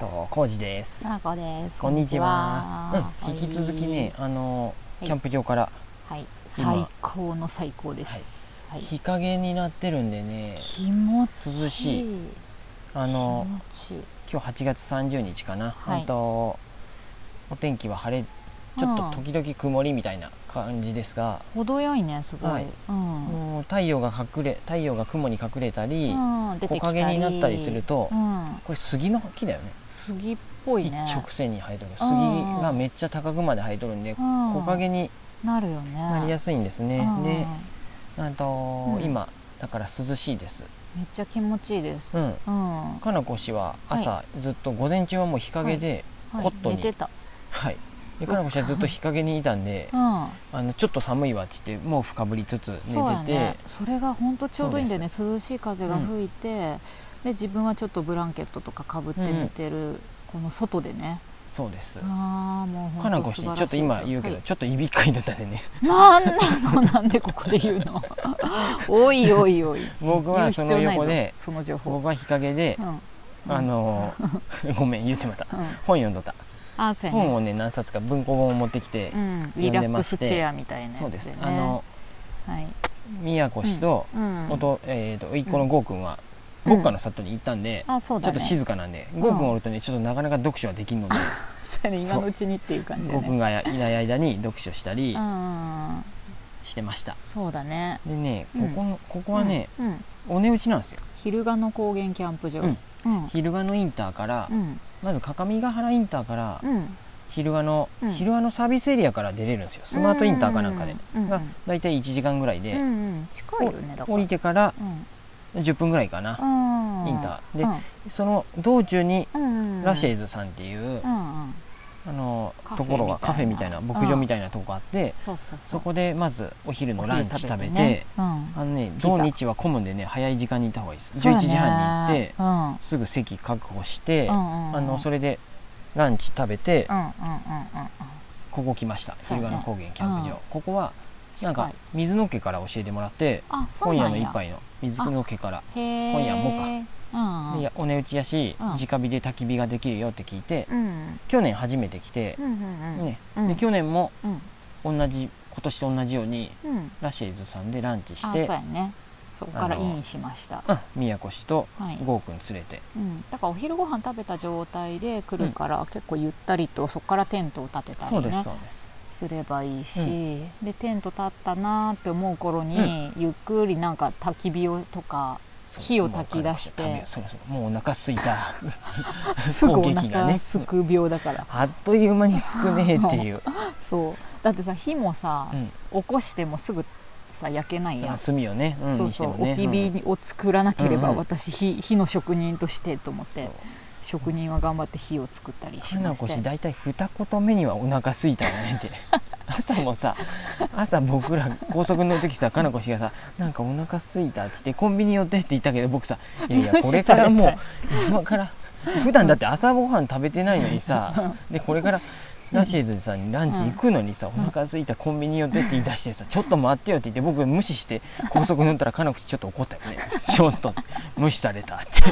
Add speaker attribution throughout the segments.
Speaker 1: とコウジです。
Speaker 2: ななこです。
Speaker 1: こんにちは。うん、
Speaker 2: はい
Speaker 1: 引き続きね、あの
Speaker 2: はい
Speaker 1: キャンプ場から
Speaker 2: はい、
Speaker 1: 今
Speaker 2: 最高の最高です。はい、
Speaker 1: 日陰になってるんでね、
Speaker 2: 気持
Speaker 1: 涼
Speaker 2: ち
Speaker 1: し
Speaker 2: いい。
Speaker 1: あの
Speaker 2: 気持ちいい。
Speaker 1: 今日8月30日かな。
Speaker 2: はい
Speaker 1: 本当お天気は晴れ、ちょっと
Speaker 2: うん
Speaker 1: 時々曇りみたいな感じですが、
Speaker 2: 程よいね、すごい。
Speaker 1: はい
Speaker 2: うん、
Speaker 1: もう太陽が隠れ太陽が雲に隠れたり、
Speaker 2: うん、出て
Speaker 1: 木
Speaker 2: きたり。
Speaker 1: 陰になったりすると、
Speaker 2: うん、
Speaker 1: これ杉の木だよね。
Speaker 2: 杉っぽいね。
Speaker 1: 一直線に生えとる。
Speaker 2: うんうん
Speaker 1: 杉がめっちゃ高くまで生えとるんで、
Speaker 2: うん、
Speaker 1: 木陰に
Speaker 2: なるよね。
Speaker 1: なりやすいんですね。
Speaker 2: うん
Speaker 1: で。あと、
Speaker 2: うん
Speaker 1: 今だから涼しいです。
Speaker 2: めっちゃ気持ちいいです。
Speaker 1: うん
Speaker 2: うん、
Speaker 1: かなこ氏は朝、ずっと午前中はもう日陰で、
Speaker 2: はい
Speaker 1: コットンに
Speaker 2: 寝てた。
Speaker 1: はい。でかなこ氏はずっと日陰にいたんで
Speaker 2: う、ん、
Speaker 1: あのちょっと寒いわって言って毛布かぶりつつ寝てて、
Speaker 2: そうやねそれが本当ちょうどいいんだよね涼しい風が吹いて、で自分はちょっとブランケットとかかぶって寝てる、この外でね
Speaker 1: そうです。
Speaker 2: ああもう
Speaker 1: かな
Speaker 2: 本当
Speaker 1: こ
Speaker 2: 素
Speaker 1: 氏
Speaker 2: 晴らしい
Speaker 1: ちょっと今言うけど、ちょっといびっかいんだったで ね。
Speaker 2: はいなんなのなんでここで言う のおいおいおい
Speaker 1: 僕はその横
Speaker 2: 言う必要ない
Speaker 1: で
Speaker 2: ぞ、その情報、
Speaker 1: 僕は日陰で
Speaker 2: う、ん、
Speaker 1: あの ごめん言ってまた。
Speaker 2: うん、
Speaker 1: 本読んどった。
Speaker 2: あーそうやね
Speaker 1: 本をね何冊か文庫本を持ってきて
Speaker 2: う、ん、
Speaker 1: 読
Speaker 2: リ
Speaker 1: ん
Speaker 2: ラ
Speaker 1: で
Speaker 2: ッ
Speaker 1: ま
Speaker 2: ク
Speaker 1: して
Speaker 2: スチェアみたいなやつ
Speaker 1: そう
Speaker 2: で
Speaker 1: です
Speaker 2: ね。
Speaker 1: あの
Speaker 2: はい、
Speaker 1: 宮古氏と、
Speaker 2: うん
Speaker 1: おとえーと甥っ子のゴーくんは、
Speaker 2: うん
Speaker 1: 僕かの里に行ったんで、
Speaker 2: あそう
Speaker 1: ちょ
Speaker 2: だ
Speaker 1: っと
Speaker 2: ね
Speaker 1: 静かなんで、ゴーくんおるとねちょっとなかなか読書はできんので、
Speaker 2: そうやね今のうちにってい う感じ
Speaker 1: ゴ
Speaker 2: だ
Speaker 1: ーくん
Speaker 2: ね
Speaker 1: がいない間に読書したり
Speaker 2: うん
Speaker 1: してました、
Speaker 2: そうだね
Speaker 1: でねこ
Speaker 2: うん
Speaker 1: このここはね、
Speaker 2: うんうん
Speaker 1: お値打ちなんですよ
Speaker 2: 昼賀の高原キャンプ場
Speaker 1: う
Speaker 2: うんん
Speaker 1: 昼賀のインターから、
Speaker 2: うん
Speaker 1: まず各務原インターから、
Speaker 2: うん
Speaker 1: 昼賀の、
Speaker 2: うん
Speaker 1: 昼賀のサービスエリアから出れるんですよスマートインターかなんかで、
Speaker 2: うんうん
Speaker 1: まあ、大体1時間ぐらいで、
Speaker 2: うんうん近いよねだから
Speaker 1: 降りてから
Speaker 2: うん
Speaker 1: 10分ぐらいかな、
Speaker 2: うん
Speaker 1: インターでその道中に
Speaker 2: うん
Speaker 1: ラシェイ
Speaker 2: イ
Speaker 1: ズさんっていう、
Speaker 2: うんうん
Speaker 1: あの
Speaker 2: カフ
Speaker 1: と
Speaker 2: ェ
Speaker 1: ころが
Speaker 2: みたいな
Speaker 1: カフェみたいな牧場みたいなとこあって
Speaker 2: そうそうそう
Speaker 1: そこでまずお昼のランチ食べて
Speaker 2: ねうん
Speaker 1: あのね
Speaker 2: ピザ
Speaker 1: 土日は混むんでね早い時間に行った方がいいです
Speaker 2: そう
Speaker 1: 11
Speaker 2: やね
Speaker 1: 時半に行って
Speaker 2: うん
Speaker 1: すぐ席確保して、
Speaker 2: うんうん
Speaker 1: あのそれでランチ食べて、
Speaker 2: うんうんうんうんうん
Speaker 1: ここ来ました
Speaker 2: そう
Speaker 1: 駿河
Speaker 2: やね
Speaker 1: の高原キャンプ場、
Speaker 2: うん
Speaker 1: ここはなん
Speaker 2: 近
Speaker 1: か
Speaker 2: い
Speaker 1: 水の家から教えてもらって
Speaker 2: あそ
Speaker 1: 今
Speaker 2: うな
Speaker 1: 夜
Speaker 2: ん
Speaker 1: の
Speaker 2: や
Speaker 1: 一杯の水の家から
Speaker 2: へー
Speaker 1: 今夜も
Speaker 2: うんうん
Speaker 1: でいやお値打ちやし、
Speaker 2: うん
Speaker 1: 直火で焚き火ができるよって聞いて、
Speaker 2: うん
Speaker 1: 去年初めて来て
Speaker 2: う、んうんうん
Speaker 1: ね
Speaker 2: うん
Speaker 1: で去年も
Speaker 2: うん
Speaker 1: 同じ今年と同じように
Speaker 2: うん
Speaker 1: ラシェイズさんでランチし
Speaker 2: あ
Speaker 1: て
Speaker 2: そうやねそこから
Speaker 1: あ
Speaker 2: イ
Speaker 1: の
Speaker 2: ンしました
Speaker 1: うん宮古市と
Speaker 2: はい
Speaker 1: 郷くん連れて
Speaker 2: うん、だからお昼ご飯食べた状態で来るから、結構ゆったりとそこからテントを立てた
Speaker 1: そう
Speaker 2: り、
Speaker 1: です
Speaker 2: ね、
Speaker 1: そうです
Speaker 2: すればいいし、
Speaker 1: う
Speaker 2: でテント立ったなーって思う頃に、ゆっくりなんか焚き火をとか
Speaker 1: そう
Speaker 2: 火を焚き出して
Speaker 1: そうそうそうもうお腹すいた
Speaker 2: すぐお
Speaker 1: 攻撃が
Speaker 2: 腹
Speaker 1: ね
Speaker 2: すく病だから、
Speaker 1: あっという間に少ねえっていう
Speaker 2: そうだってさ火もさ、
Speaker 1: うん
Speaker 2: 起こしてもすぐさ焼け ないやん、
Speaker 1: 炭をねうん
Speaker 2: そう
Speaker 1: にして
Speaker 2: そ
Speaker 1: も
Speaker 2: う、
Speaker 1: ね
Speaker 2: おき火を作らなけれ
Speaker 1: う
Speaker 2: ば、
Speaker 1: んうん
Speaker 2: 私火火の職人としてと思っ
Speaker 1: うん
Speaker 2: て職人は頑張って火を作ったり
Speaker 1: そ
Speaker 2: し
Speaker 1: うかな
Speaker 2: まし
Speaker 1: こ
Speaker 2: て
Speaker 1: し大体二言目にはお腹すいたよねって 朝もさ朝僕ら高速の時さかなこしがさ「なんかお腹すいた」って言って「コンビニ寄って」って言ったけど僕さ「いやいやこれからもう今から普段だって朝ごはん食べてないのにさでこれからラシーズさんにランチ行くのにさ、
Speaker 2: ん
Speaker 1: お腹空いたコンビニ寄ってって言い出してさ「ちょっと待ってよ」って言って僕無視して高速乗ったらかなこちょっと怒ったよね「ちょっと無視された」って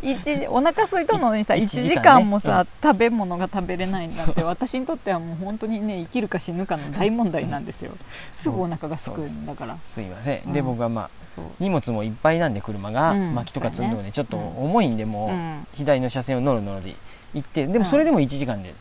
Speaker 2: 一時お腹空いたのにさ1
Speaker 1: 一時間ね
Speaker 2: 時間もさ、食べ物が食べれないんだって私にとってはもう本当にね生きるか死ぬかの大問題なんですよすぐお腹がすくんだから
Speaker 1: 「すいません」で
Speaker 2: うん
Speaker 1: 僕はまあ
Speaker 2: そう
Speaker 1: 荷物もいっぱいなんで車が
Speaker 2: うん
Speaker 1: 薪とか積んでも
Speaker 2: そうや
Speaker 1: ね
Speaker 2: ね
Speaker 1: ちょっと重いんでも
Speaker 2: う
Speaker 1: うん左の車線を乗る乗るで行ってでもそれでも1時間で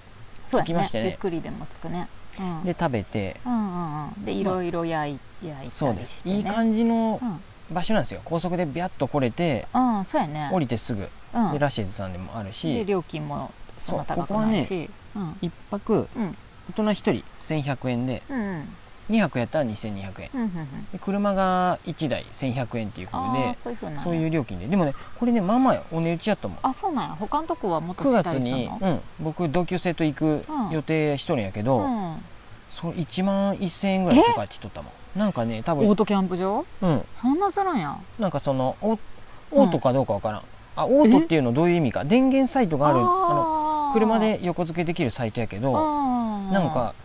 Speaker 2: そう
Speaker 1: 着きま
Speaker 2: や
Speaker 1: した
Speaker 2: ね
Speaker 1: ね
Speaker 2: ゆっくりでもつくね、うん、
Speaker 1: で食べて
Speaker 2: うんうんうんでいろいろ焼い焼い
Speaker 1: そ
Speaker 2: た
Speaker 1: うで
Speaker 2: りし
Speaker 1: す
Speaker 2: て、ね、
Speaker 1: いい感じの
Speaker 2: うん
Speaker 1: 場所なんですよ高速でビャッと来れて
Speaker 2: うん、そうやね
Speaker 1: 降りてすぐ
Speaker 2: うん
Speaker 1: でラシーズさんでもある
Speaker 2: で
Speaker 1: し
Speaker 2: 料金もそんな
Speaker 1: そうこ
Speaker 2: 高く
Speaker 1: こは
Speaker 2: ない
Speaker 1: ね
Speaker 2: しうん
Speaker 1: 1泊
Speaker 2: うん
Speaker 1: 大人1人1100円で
Speaker 2: うんうん
Speaker 1: 2泊やったら2200円
Speaker 2: うんうんうん
Speaker 1: で車が1台1100円っていうこと
Speaker 2: ああ
Speaker 1: で
Speaker 2: そういうふうなの
Speaker 1: そういう料金ででもねこれねまあまあお値打ちやと思う
Speaker 2: あそうなんや他のとこはもっと
Speaker 1: 9
Speaker 2: し
Speaker 1: 月
Speaker 2: たりした
Speaker 1: に、
Speaker 2: の
Speaker 1: うん、僕同級生と行く予定しとるんやけど、
Speaker 2: うん
Speaker 1: それ1万1000円ぐらいとかって言っとったもんなんかね多
Speaker 2: オー
Speaker 1: 分
Speaker 2: トキャンプ場
Speaker 1: うん
Speaker 2: そんなするんや
Speaker 1: なんかそのオ
Speaker 2: うん
Speaker 1: オートかどうかわからん、あオートっていうのどういう意味か電源サイトがあるあの
Speaker 2: の
Speaker 1: 車で横付けできるサイトやけどなんか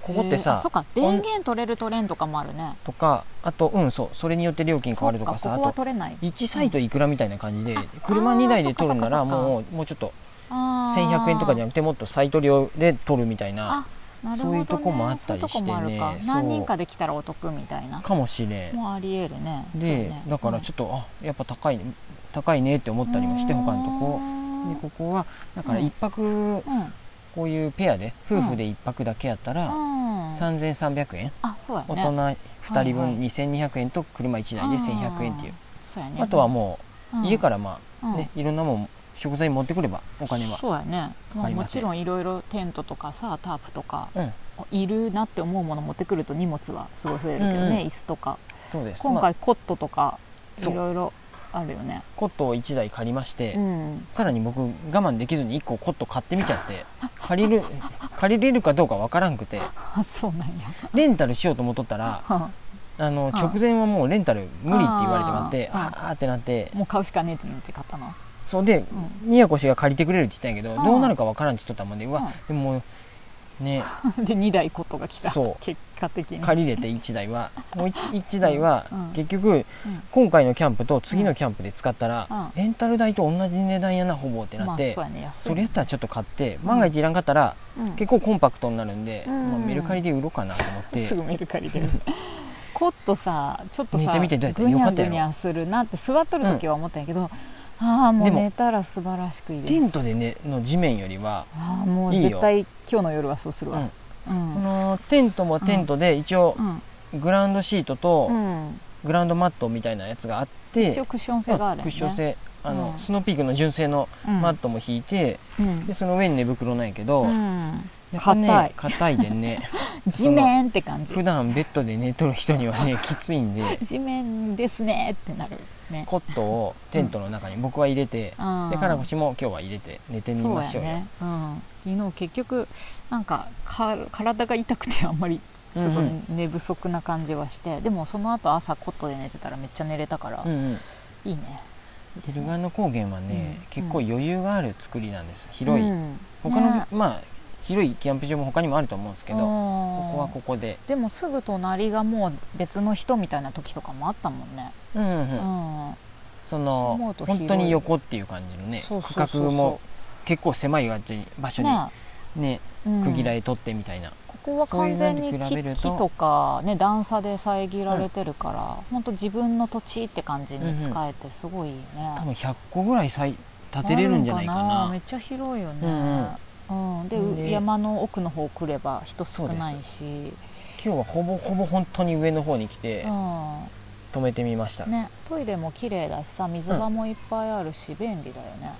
Speaker 1: ここって
Speaker 2: へーあ
Speaker 1: さ
Speaker 2: そっか電源取れる取れんとかもあるね
Speaker 1: とかあとうんそうそれによって料金変わるとか
Speaker 2: そっ
Speaker 1: さ
Speaker 2: ここは
Speaker 1: あと
Speaker 2: 取れない
Speaker 1: 1サイトいくらみたいな感じで
Speaker 2: あ
Speaker 1: 車2台で取るんな
Speaker 2: あ
Speaker 1: ら
Speaker 2: ーそっかそっか
Speaker 1: もうもうちょっと1100
Speaker 2: 1100
Speaker 1: 円とかじゃなくてもっとサイト料で取るみたいな
Speaker 2: あなるほ
Speaker 1: そう
Speaker 2: ど、ね、
Speaker 1: いうとこもあったりしてね
Speaker 2: そういうとこもある
Speaker 1: そ
Speaker 2: か
Speaker 1: う
Speaker 2: 何人かで来たらお得みたいな
Speaker 1: かもしれん
Speaker 2: もうありえるねそう
Speaker 1: で
Speaker 2: ね
Speaker 1: だからちょっとあやっぱ高いね高いねって思ったりもして他のとこでここはだから
Speaker 2: うん
Speaker 1: 一泊
Speaker 2: うん、
Speaker 1: こういうペアで夫婦で一泊だけやったら
Speaker 2: うん、
Speaker 1: 3300円
Speaker 2: あそうやね
Speaker 1: 大人2人
Speaker 2: はい
Speaker 1: 分2200円と車1台で1100円っていう
Speaker 2: そうやね
Speaker 1: あとはも
Speaker 2: う
Speaker 1: うん家からまあ
Speaker 2: うん
Speaker 1: ねいろんなもん食材持ってくればお金は
Speaker 2: そうやね、
Speaker 1: か
Speaker 2: ま
Speaker 1: か
Speaker 2: あ、
Speaker 1: り
Speaker 2: も
Speaker 1: ませ
Speaker 2: ち
Speaker 1: ん
Speaker 2: ろんいろいろテントとかさタープとか
Speaker 1: うん
Speaker 2: いるなって思うもの持ってくると荷物はすごい増えるけどね、
Speaker 1: うんうん
Speaker 2: 椅子とか
Speaker 1: そうです
Speaker 2: 今
Speaker 1: まあ
Speaker 2: 回コットとかい
Speaker 1: そう
Speaker 2: ろいろあるよね
Speaker 1: コットを1台借りまして、
Speaker 2: うん
Speaker 1: さらに僕我慢できずに1個コット買ってみちゃって借りる借りれるかどうかわからんくて
Speaker 2: あ そうなんや
Speaker 1: レンタルしようと思っとったら
Speaker 2: は
Speaker 1: あの
Speaker 2: あ
Speaker 1: 直前はもうレンタル無理って言われてまって
Speaker 2: あー
Speaker 1: あーあーってなって
Speaker 2: あもう買うしかねえってなって買ったの
Speaker 1: そうで
Speaker 2: う
Speaker 1: 宮越が借りてくれるって言ったんやけ
Speaker 2: あ
Speaker 1: ど
Speaker 2: ー
Speaker 1: どうなるかわからんって言っとったもんでう
Speaker 2: あ
Speaker 1: わでももうね
Speaker 2: ん で2台コットが来た
Speaker 1: そう
Speaker 2: 結果的に
Speaker 1: 借りれて1台はもう 1, 台
Speaker 2: う
Speaker 1: は
Speaker 2: ん
Speaker 1: 結局
Speaker 2: うん
Speaker 1: 今回のキャンプと次のキャンプで使ったら
Speaker 2: う
Speaker 1: レンタル代と同じ値段やなほぼって
Speaker 2: ま
Speaker 1: な
Speaker 2: あ
Speaker 1: っ
Speaker 2: そう
Speaker 1: て
Speaker 2: やね安い
Speaker 1: それやったらちょっと買って万が一いらんかったら
Speaker 2: うん
Speaker 1: 結構コンパクトになるんで、
Speaker 2: うん
Speaker 1: まあ、メルカリで売ろうかなと思って
Speaker 2: すぐメルカリでコットさちょっと
Speaker 1: 寝
Speaker 2: さ
Speaker 1: て
Speaker 2: ぐ
Speaker 1: みて
Speaker 2: に
Speaker 1: どうやった
Speaker 2: ゃ
Speaker 1: よかった
Speaker 2: ぐ
Speaker 1: やろ
Speaker 2: にゃするなって座っとる時は思ったんやけど、ああもう
Speaker 1: でも
Speaker 2: 寝たら素晴らしくいいです
Speaker 1: テントで、ね、の地面よりは、
Speaker 2: ああもう
Speaker 1: いいよ
Speaker 2: 絶対今日の夜はそうする
Speaker 1: う
Speaker 2: わ
Speaker 1: ん
Speaker 2: うん
Speaker 1: このテントもテントで一応
Speaker 2: うん
Speaker 1: グラウンドシートと
Speaker 2: うん
Speaker 1: グラウンドマットみたいなやつがあって、
Speaker 2: 一応クッション性がある
Speaker 1: うん
Speaker 2: よ
Speaker 1: ク
Speaker 2: ね
Speaker 1: ッション性あの、
Speaker 2: うん
Speaker 1: スノーピークの純正の
Speaker 2: うん
Speaker 1: マットも引いて、
Speaker 2: うん
Speaker 1: でその上に寝袋なんやけど、
Speaker 2: うん
Speaker 1: やっぱね
Speaker 2: 硬い
Speaker 1: 硬いで ね
Speaker 2: 地面って感じ
Speaker 1: 普段ベッドで寝とる人には ねきついんで
Speaker 2: 地面ですねってなるね
Speaker 1: コットをテントの中に僕は入れて、
Speaker 2: あ
Speaker 1: で
Speaker 2: ー
Speaker 1: カラコシも今日は入れて寝てみましょうよ。
Speaker 2: そうやね、うん、昨日結局なんかか体が痛くてあんまりちょっと
Speaker 1: うん
Speaker 2: 寝不足な感じはして、でもその後朝コットで寝てたらめっちゃ寝れたから、
Speaker 1: うんうん
Speaker 2: いいねいいです
Speaker 1: テル
Speaker 2: ね
Speaker 1: ガンの高原はね、
Speaker 2: うん
Speaker 1: 結構余裕がある作りなんです広い、
Speaker 2: うん
Speaker 1: 他の、
Speaker 2: ね
Speaker 1: まあ広いキャンプ場も他にもあると思うんですけど、
Speaker 2: うん
Speaker 1: ここはここで、
Speaker 2: でもすぐ隣がもう別の人みたいな時とかもあったもんね、
Speaker 1: うんうん
Speaker 2: う
Speaker 1: うん
Speaker 2: ん
Speaker 1: そ
Speaker 2: そう
Speaker 1: の
Speaker 2: 思うと広
Speaker 1: 本
Speaker 2: い
Speaker 1: 当に横っていう感じのね
Speaker 2: そうそうそうそう
Speaker 1: 区画も結構狭い場所に場所に
Speaker 2: ね
Speaker 1: ね、
Speaker 2: うん
Speaker 1: 区切られとってみたいな、
Speaker 2: ここは完全に
Speaker 1: そういうのに比べ
Speaker 2: 木
Speaker 1: る
Speaker 2: 木
Speaker 1: と
Speaker 2: とか、ね、段差で遮られてるから、ほんと自分の土地って感じに使えてすごいいいね、
Speaker 1: 多分100個ぐらいさい建てれるんじゃないかな
Speaker 2: めっちゃ広いよね、う
Speaker 1: うん
Speaker 2: でう
Speaker 1: で
Speaker 2: 山の奥の方来れば人少ないし
Speaker 1: 今日はほぼほぼ本当に上の方に来て
Speaker 2: う
Speaker 1: 止めてみました、
Speaker 2: んね、トイレも綺麗だしさ水場もいっぱいあるし、便利だよね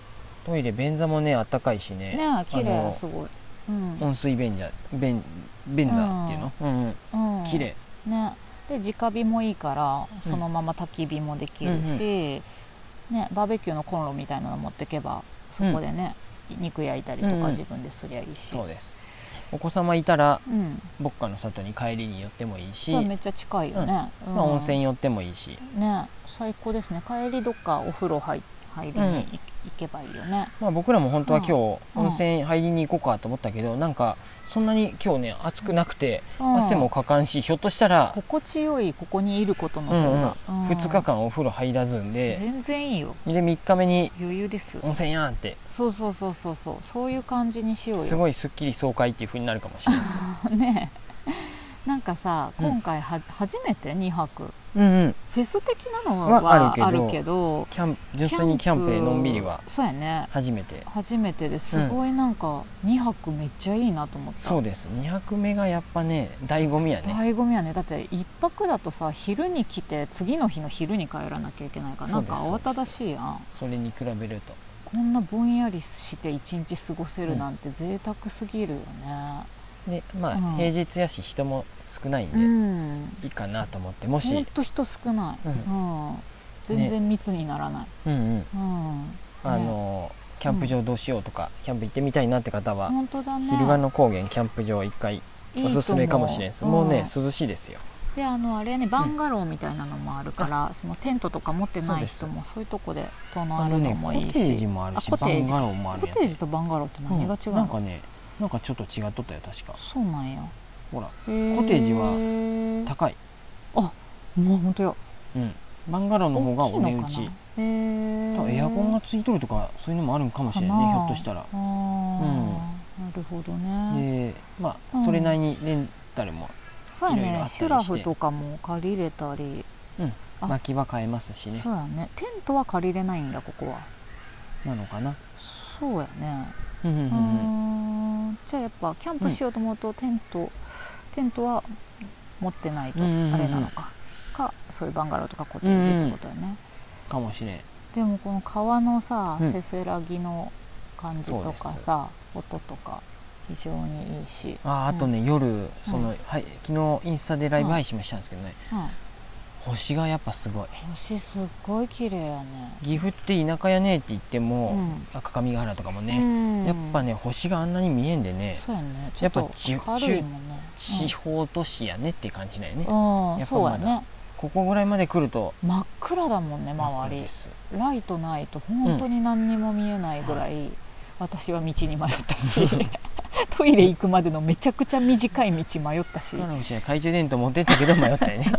Speaker 1: トイレ便座もねあったかいしね
Speaker 2: ね綺
Speaker 1: あ
Speaker 2: 麗
Speaker 1: の
Speaker 2: すごい、うん
Speaker 1: 温水便座便便座っていうの、うんうん
Speaker 2: うん、
Speaker 1: 綺麗
Speaker 2: ねで直火もいいからそのまま焚き火もできるし、
Speaker 1: うんうん
Speaker 2: ね、バーベキューのコンロみたいなの持ってけばそこでね、肉焼いたりと
Speaker 1: うん
Speaker 2: か
Speaker 1: うん
Speaker 2: 自分ですりゃいいし、
Speaker 1: そうですお子様いたら
Speaker 2: うん
Speaker 1: 牧歌の里に帰りに寄ってもいいし、
Speaker 2: そうめっちゃ近いよね、うん
Speaker 1: まあ、温泉寄ってもいいし、
Speaker 2: ね最高ですね帰りどっかお風呂入入りに行行けばいいよね、
Speaker 1: まあ、僕らも本当は今日
Speaker 2: うん
Speaker 1: 温泉入りに行こうかと思ったけどなんかそんなに今日ね暑くなくて
Speaker 2: うん
Speaker 1: 汗もかかんしひょっとしたら
Speaker 2: 心地よいここにいることの
Speaker 1: うん
Speaker 2: 方
Speaker 1: うん
Speaker 2: が、うん
Speaker 1: 2日間お風呂入らずんで
Speaker 2: 全然いいよ
Speaker 1: で3日目に
Speaker 2: 余裕です
Speaker 1: 温泉やんって
Speaker 2: そうそうそうそうそうそういう感じにしようよ
Speaker 1: すごいすっきり爽快っていう風になるかもしれないです
Speaker 2: ねえなんかさ
Speaker 1: うん
Speaker 2: 今回は、初めて2泊
Speaker 1: うん、うん、
Speaker 2: フェス的なの
Speaker 1: は
Speaker 2: はあ
Speaker 1: あ
Speaker 2: る
Speaker 1: る
Speaker 2: け
Speaker 1: け
Speaker 2: ど
Speaker 1: キャンプ純粋にキャンプでのんびりは
Speaker 2: そうやね
Speaker 1: 初めて
Speaker 2: 初めてですごいなんか2泊めっちゃいいなと思った、
Speaker 1: そうです2泊目がやっぱね醍醐味やね
Speaker 2: 醍醐味やねだって一泊だとさ昼に来て次の日の昼に帰らなきゃいけないから
Speaker 1: そ
Speaker 2: な
Speaker 1: うんです
Speaker 2: か慌ただしいやん
Speaker 1: それに比べると
Speaker 2: こんなぼんやりして一日過ごせるなんて贅沢すぎるよね
Speaker 1: でまあ、
Speaker 2: うん
Speaker 1: 平日やし人も少ないん
Speaker 2: う
Speaker 1: で、
Speaker 2: ん
Speaker 1: いいかなと思ってもし、
Speaker 2: ほんと人少な
Speaker 1: う
Speaker 2: い、うん全然密にならない、
Speaker 1: うんうん、
Speaker 2: うん
Speaker 1: あのキャンプ場どうしようとか、キャンプ行ってみたいなって方は、
Speaker 2: 本当だね
Speaker 1: 昼間の高原キャンプ場一回
Speaker 2: いい
Speaker 1: お
Speaker 2: と思う
Speaker 1: すすめかもしれないですもうね、
Speaker 2: ん
Speaker 1: 涼しいですよ
Speaker 2: であのあれねバンガローみたいなのもあるから、そのテントとか持ってない人もそういうとこで泊ま
Speaker 1: あ
Speaker 2: る
Speaker 1: の
Speaker 2: の
Speaker 1: ね
Speaker 2: も
Speaker 1: コ
Speaker 2: いいし
Speaker 1: テージもあるし
Speaker 2: あコ
Speaker 1: バ
Speaker 2: テー
Speaker 1: ン
Speaker 2: ジ
Speaker 1: ガローもある
Speaker 2: コ
Speaker 1: やん
Speaker 2: テージとバンガローって何が違
Speaker 1: う
Speaker 2: うの、
Speaker 1: んなんかねなんかちょっと違っとったよ確か
Speaker 2: そうなんや
Speaker 1: ほら
Speaker 2: コテ
Speaker 1: コテージは
Speaker 2: は
Speaker 1: 高い、
Speaker 2: もう本当よ
Speaker 1: うん、バンガローの方がお値打
Speaker 2: 大きいの
Speaker 1: ち
Speaker 2: かなへー
Speaker 1: 多分エアコンがついとるとかそういうのもあるんかもしれないね
Speaker 2: か
Speaker 1: ひ
Speaker 2: な
Speaker 1: ょっとしたら
Speaker 2: あー
Speaker 1: うん
Speaker 2: なるほどね
Speaker 1: でま
Speaker 2: う
Speaker 1: あ
Speaker 2: ん
Speaker 1: それなりにレンタルも
Speaker 2: そうや
Speaker 1: いろいろあったり
Speaker 2: ね
Speaker 1: して
Speaker 2: シュラフとかも借りれたりあ
Speaker 1: 薪は買えますしね
Speaker 2: そうやねテントは借りれないんだここは
Speaker 1: なのかな
Speaker 2: そうやね
Speaker 1: うんうんう
Speaker 2: うん
Speaker 1: うん
Speaker 2: ーんじゃあやっぱキャンプしようと思うとテントテントは持ってないと
Speaker 1: うんうんうんうん
Speaker 2: あれなのかかそういうバンガローとかコテージってことやね
Speaker 1: かもしれん
Speaker 2: でもこの川のさ
Speaker 1: うん
Speaker 2: せせらぎの感じとかさ音とか非常にいいし
Speaker 1: ああとね、夜その、はい、昨日インスタでライブ配信もしたんですけどね、
Speaker 2: うん
Speaker 1: 星がやっぱすごい
Speaker 2: 星すっごい綺麗やね
Speaker 1: 岐阜って田舎やねって言って
Speaker 2: う
Speaker 1: も、
Speaker 2: ん
Speaker 1: 赤上ヶ原とかも
Speaker 2: う
Speaker 1: ね、
Speaker 2: ん
Speaker 1: やっぱね星があんなに見えんでね
Speaker 2: そうやねちょ
Speaker 1: やっ
Speaker 2: っ
Speaker 1: ぱ
Speaker 2: と
Speaker 1: ち
Speaker 2: 軽いもんね
Speaker 1: 地方都市やねって感じだよね、
Speaker 2: うんう
Speaker 1: や
Speaker 2: ん
Speaker 1: っぱ
Speaker 2: そうやね
Speaker 1: ここぐらいまで来ると
Speaker 2: 真っ暗だもんね
Speaker 1: 真っ
Speaker 2: 周
Speaker 1: 暗
Speaker 2: り
Speaker 1: です
Speaker 2: ライトないと本当に何にも見えないぐらい、私は道に迷ったし トイレ行くまでのめちゃくちゃ短い道迷ったし
Speaker 1: なのうちは懐中電灯持ってったけど迷ったよね、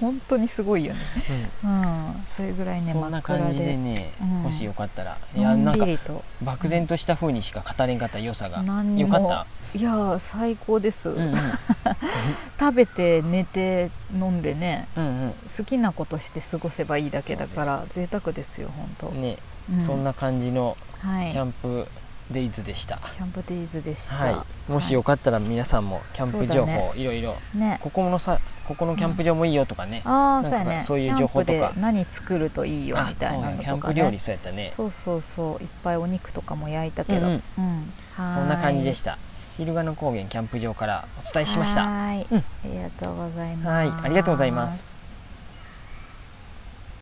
Speaker 2: 本当にすごいよね
Speaker 1: うん
Speaker 2: うんそれぐらいね
Speaker 1: そん
Speaker 2: 真
Speaker 1: な
Speaker 2: っ暗
Speaker 1: 感じで
Speaker 2: で
Speaker 1: ね、
Speaker 2: うん
Speaker 1: 星よかったらいや
Speaker 2: の
Speaker 1: なんん
Speaker 2: び
Speaker 1: か
Speaker 2: りと
Speaker 1: 漠然とした風にしか語れんかった良さが
Speaker 2: 何に
Speaker 1: よかっ
Speaker 2: も
Speaker 1: た、
Speaker 2: いやー最高です、
Speaker 1: うんうん、
Speaker 2: 食べて寝て飲んでね
Speaker 1: うん
Speaker 2: 好きなことして過ごせばいいだけだから贅沢ですよ本当、
Speaker 1: うんね、
Speaker 2: う
Speaker 1: そんな感じの
Speaker 2: はい
Speaker 1: キャンプデイズでした、
Speaker 2: キャンプデイズでした、
Speaker 1: はい、もしよかったら皆さんもキャンプ情
Speaker 2: そう
Speaker 1: 報いろいろ
Speaker 2: ね
Speaker 1: ここのさここのキャンプ場もいいよとかね、
Speaker 2: あ
Speaker 1: な
Speaker 2: あ
Speaker 1: んか
Speaker 2: そうやね
Speaker 1: そういう情報とか
Speaker 2: キャンプで何作るといいよ
Speaker 1: あ
Speaker 2: みたいなの
Speaker 1: そうや
Speaker 2: と
Speaker 1: キャ
Speaker 2: か
Speaker 1: ンプ料
Speaker 2: ね
Speaker 1: 理そうやったね
Speaker 2: そうそうそういっぱいお肉とかも焼いたけど、
Speaker 1: う
Speaker 2: うんん
Speaker 1: うん
Speaker 2: はーい
Speaker 1: そんな感じでした昼賀野高原キャンプ場からお伝えしました
Speaker 2: はーい、
Speaker 1: うん
Speaker 2: ありがとうございます
Speaker 1: はいありがとうございます